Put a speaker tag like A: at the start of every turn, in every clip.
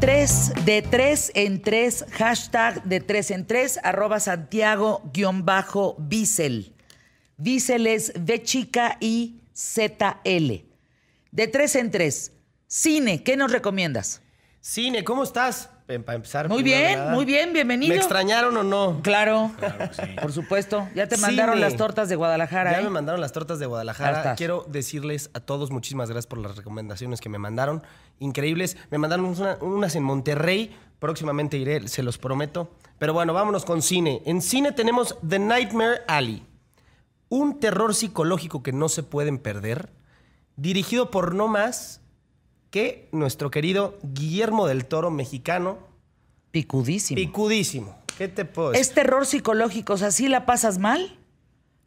A: tres, de tres en tres, hashtag de tres en tres, arroba Santiago-Bissel. Bissel es V chica y ZL. De tres en tres. Cine, ¿qué nos recomiendas?
B: Cine, ¿cómo estás? Em- Para empezar.
A: Muy
B: primero
A: bien,
B: nada.
A: muy bien, bienvenido.
B: ¿Me extrañaron o no?
A: Claro, por supuesto. Ya te
B: Cine.
A: mandaron las tortas de Guadalajara.
B: Ya
A: ¿eh?
B: me mandaron las tortas de Guadalajara.
A: Hartas.
B: Quiero decirles a todos muchísimas gracias por las recomendaciones que me mandaron. Increíbles. Me mandaron una- unas en Monterrey. Próximamente iré, se los prometo. Pero bueno, vámonos con cine. En cine tenemos The Nightmare Alley. Un terror psicológico que no se pueden perder. Dirigido por no más que nuestro querido Guillermo del Toro, mexicano.
A: Picudísimo.
B: Picudísimo. ¿Qué te puedo decir?
A: es terror psicológico, o sea, ¿sí la pasas mal?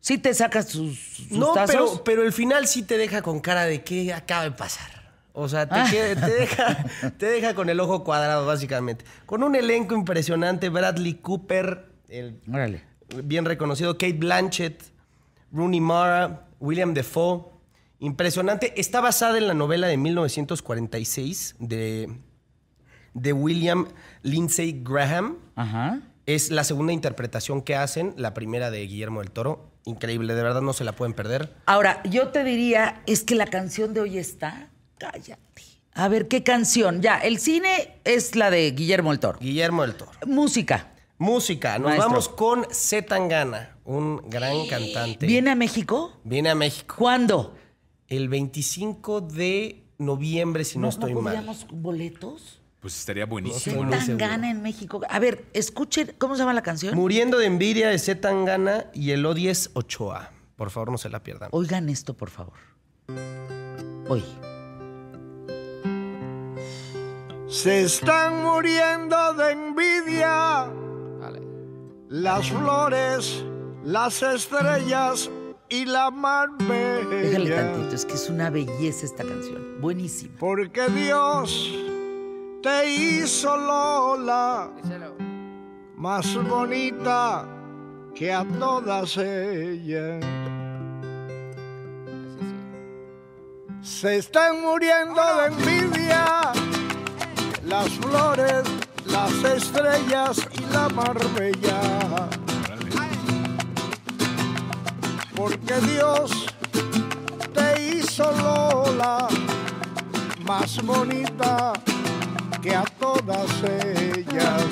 A: ¿Sí te sacas sus, sus
B: No,
A: tazos?
B: pero, pero el final sí te deja con cara de qué acaba de pasar. O sea, te, queda- te deja, te deja con el ojo cuadrado, básicamente. Con un elenco impresionante, Bradley Cooper, el
A: Órale.
B: bien reconocido, Kate Blanchett, Rooney Mara, William Defoe. Impresionante. Está basada en la novela de 1946 de, de William Lindsay Graham.
A: Ajá.
B: Es la segunda interpretación que hacen, la primera de Guillermo del Toro. Increíble, de verdad no se la pueden perder.
A: Ahora, yo te diría, es que la canción de hoy está. Cállate. A ver, ¿qué canción? Ya, el cine es la de Guillermo el Toro.
B: Guillermo del Toro.
A: Música.
B: Música, nos
A: Maestro.
B: vamos con Z Tangana, un gran cantante.
A: ¿Viene a México?
B: Viene a México
A: ¿Cuándo?
B: el 25 de noviembre, si no, estoy mal.
A: podíamos boletos?
C: Pues estaría
B: Sí,
C: buenísimo,
B: muy
C: ¿no?
A: tan
B: seguro.
A: gana en México. A ver, escuchen, ¿cómo se llama la canción?
B: Muriendo de envidia de Z Tangana y el O10 Ochoa. Por favor, no se la pierdan.
A: Oigan esto, por favor. Hoy.
D: Se están muriendo de envidia las flores, las estrellas y la mar
A: Déjale
D: bella.
A: tantito, es que es una belleza esta canción. Buenísimo.
D: Porque Dios te hizo Lola más bonita que a todas ellas. Se están muriendo de envidia las flores, las estrellas y la marbella. Porque Dios te hizo Lola más bonita que a todas ellas.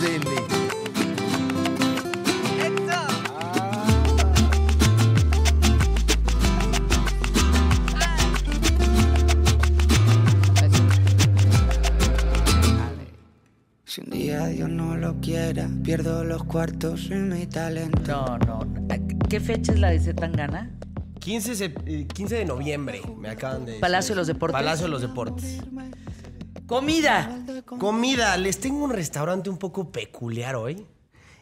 E: Si un día Dios no lo quiera, pierdo los cuartos en mi talento.
A: No, no. no. ¿Qué fecha es la de Zetangana?
B: 15, se- eh, 15 de noviembre, me acaban de decir.
A: Palacio de los Deportes.
B: Palacio de los Deportes.
A: Comida.
B: Comida, les tengo un restaurante un poco peculiar hoy.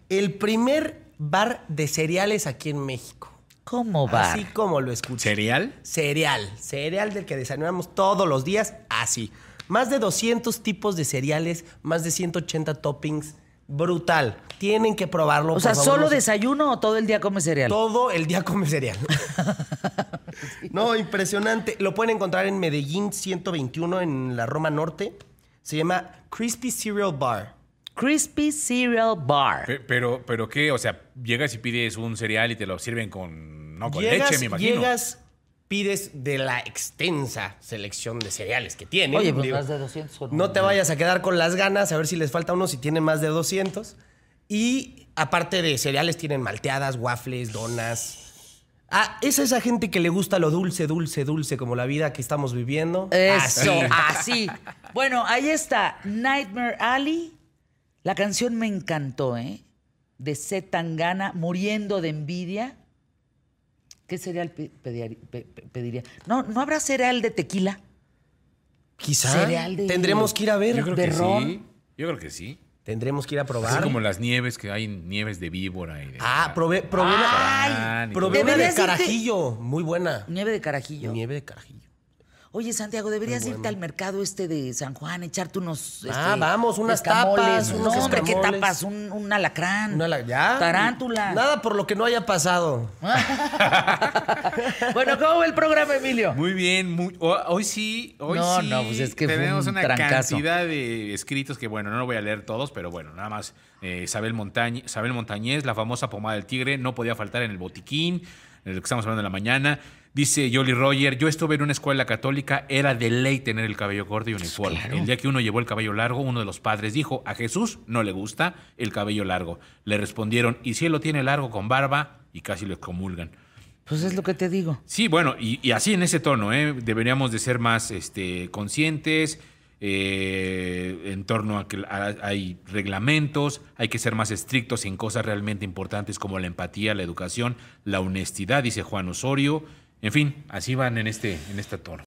B: El primer bar de cereales aquí en México.
A: ¿Cómo va?
B: Así como lo escuché.
C: ¿Cereal?
B: Cereal, cereal del que desayunamos todos los días, así. Más de 200 tipos de cereales, más de 180 toppings, brutal. Tienen que probarlo.
A: O
B: por
A: sea,
B: favor,
A: ¿solo
B: no se-
A: desayuno o todo el día come cereal?
B: Todo el día come cereal. no, impresionante. Lo pueden encontrar en Medellín 121, en la Roma Norte. Se llama Crispy Cereal Bar.
A: Crispy Cereal Bar.
C: Pe- Pero, pero qué, o sea, llegas y pides un cereal y te lo sirven con, no, Oh, con
B: llegas,
C: leche, me imagino.
B: llegas, pides de la extensa selección de cereales que tiene.
A: Oye, pues más de 200 con-
B: No te vayas a quedar con las ganas, a ver si les falta uno, si tienen más de 200. Y aparte de cereales, tienen malteadas, waffles, donas. Ah, es esa gente que le gusta lo dulce, dulce, dulce, como la vida que estamos viviendo. Ah,
A: Eso,
B: Así.
A: así. Bueno, ahí está. Nightmare Alley. La canción me encantó, ¿eh? De C. Tangana, muriendo de envidia. ¿Qué cereal pe- pediar- pe- pe- pediría? No, ¿no habrá cereal de tequila?
B: Quizá
A: Cereal de-
B: tendremos que ir a ver.
C: Yo creo
A: ¿De
C: que sí.
A: ron?
C: Yo creo que sí.
B: Tendremos que ir a
C: Así
B: probar.
C: como las nieves, que hay nieves de víbora y de...
B: Ah, probé, probé
C: Ah,
B: una,
C: ni
B: probé una de
A: Deberías irte-
B: carajillo. Muy buena.
A: Nieve de carajillo.
B: Nieve de carajillo.
A: Oye, Santiago, deberías irte al mercado este de San Juan, echarte unos.
B: Ah,
A: este,
B: vamos, unas
A: escamoles,
B: tapas,
A: unos
B: unos
A: No, hombre, ¿qué
B: escamoles.
A: tapas? Un, un alacrán.
B: No la- ya.
A: Tarántula.
B: Nada por lo que no haya pasado.
A: Bueno, ¿cómo va el programa, Emilio?
C: Muy bien, muy- ho- hoy sí, hoy
A: No,
C: sí
A: no, pues es que fue
C: tenemos
A: un
C: una
A: trancazo.
C: cantidad de escritos que, bueno, no lo voy a leer todos, pero bueno, nada más. eh, Isabel, Montañ Isabel Montañez, la famosa pomada del tigre, no podía faltar en el botiquín, en lo que estamos hablando en la mañana. Dice Jolly Roger, yo estuve en una escuela católica, era de ley tener el cabello corto y
A: Pues
C: uniforme. El día que uno llevó el cabello largo, uno de los padres dijo, a Jesús no le gusta el cabello largo. Le respondieron, y si él lo tiene largo con barba, y casi lo excomulgan.
A: Pues es lo que te digo.
C: Sí, bueno, y, y así en ese tono, ¿eh? deberíamos de ser más este, conscientes eh, en torno a que a- hay reglamentos, hay que ser más estrictos en cosas realmente importantes como la empatía, la educación, la honestidad, dice Juan Osorio. En fin, así van en este, en este tono.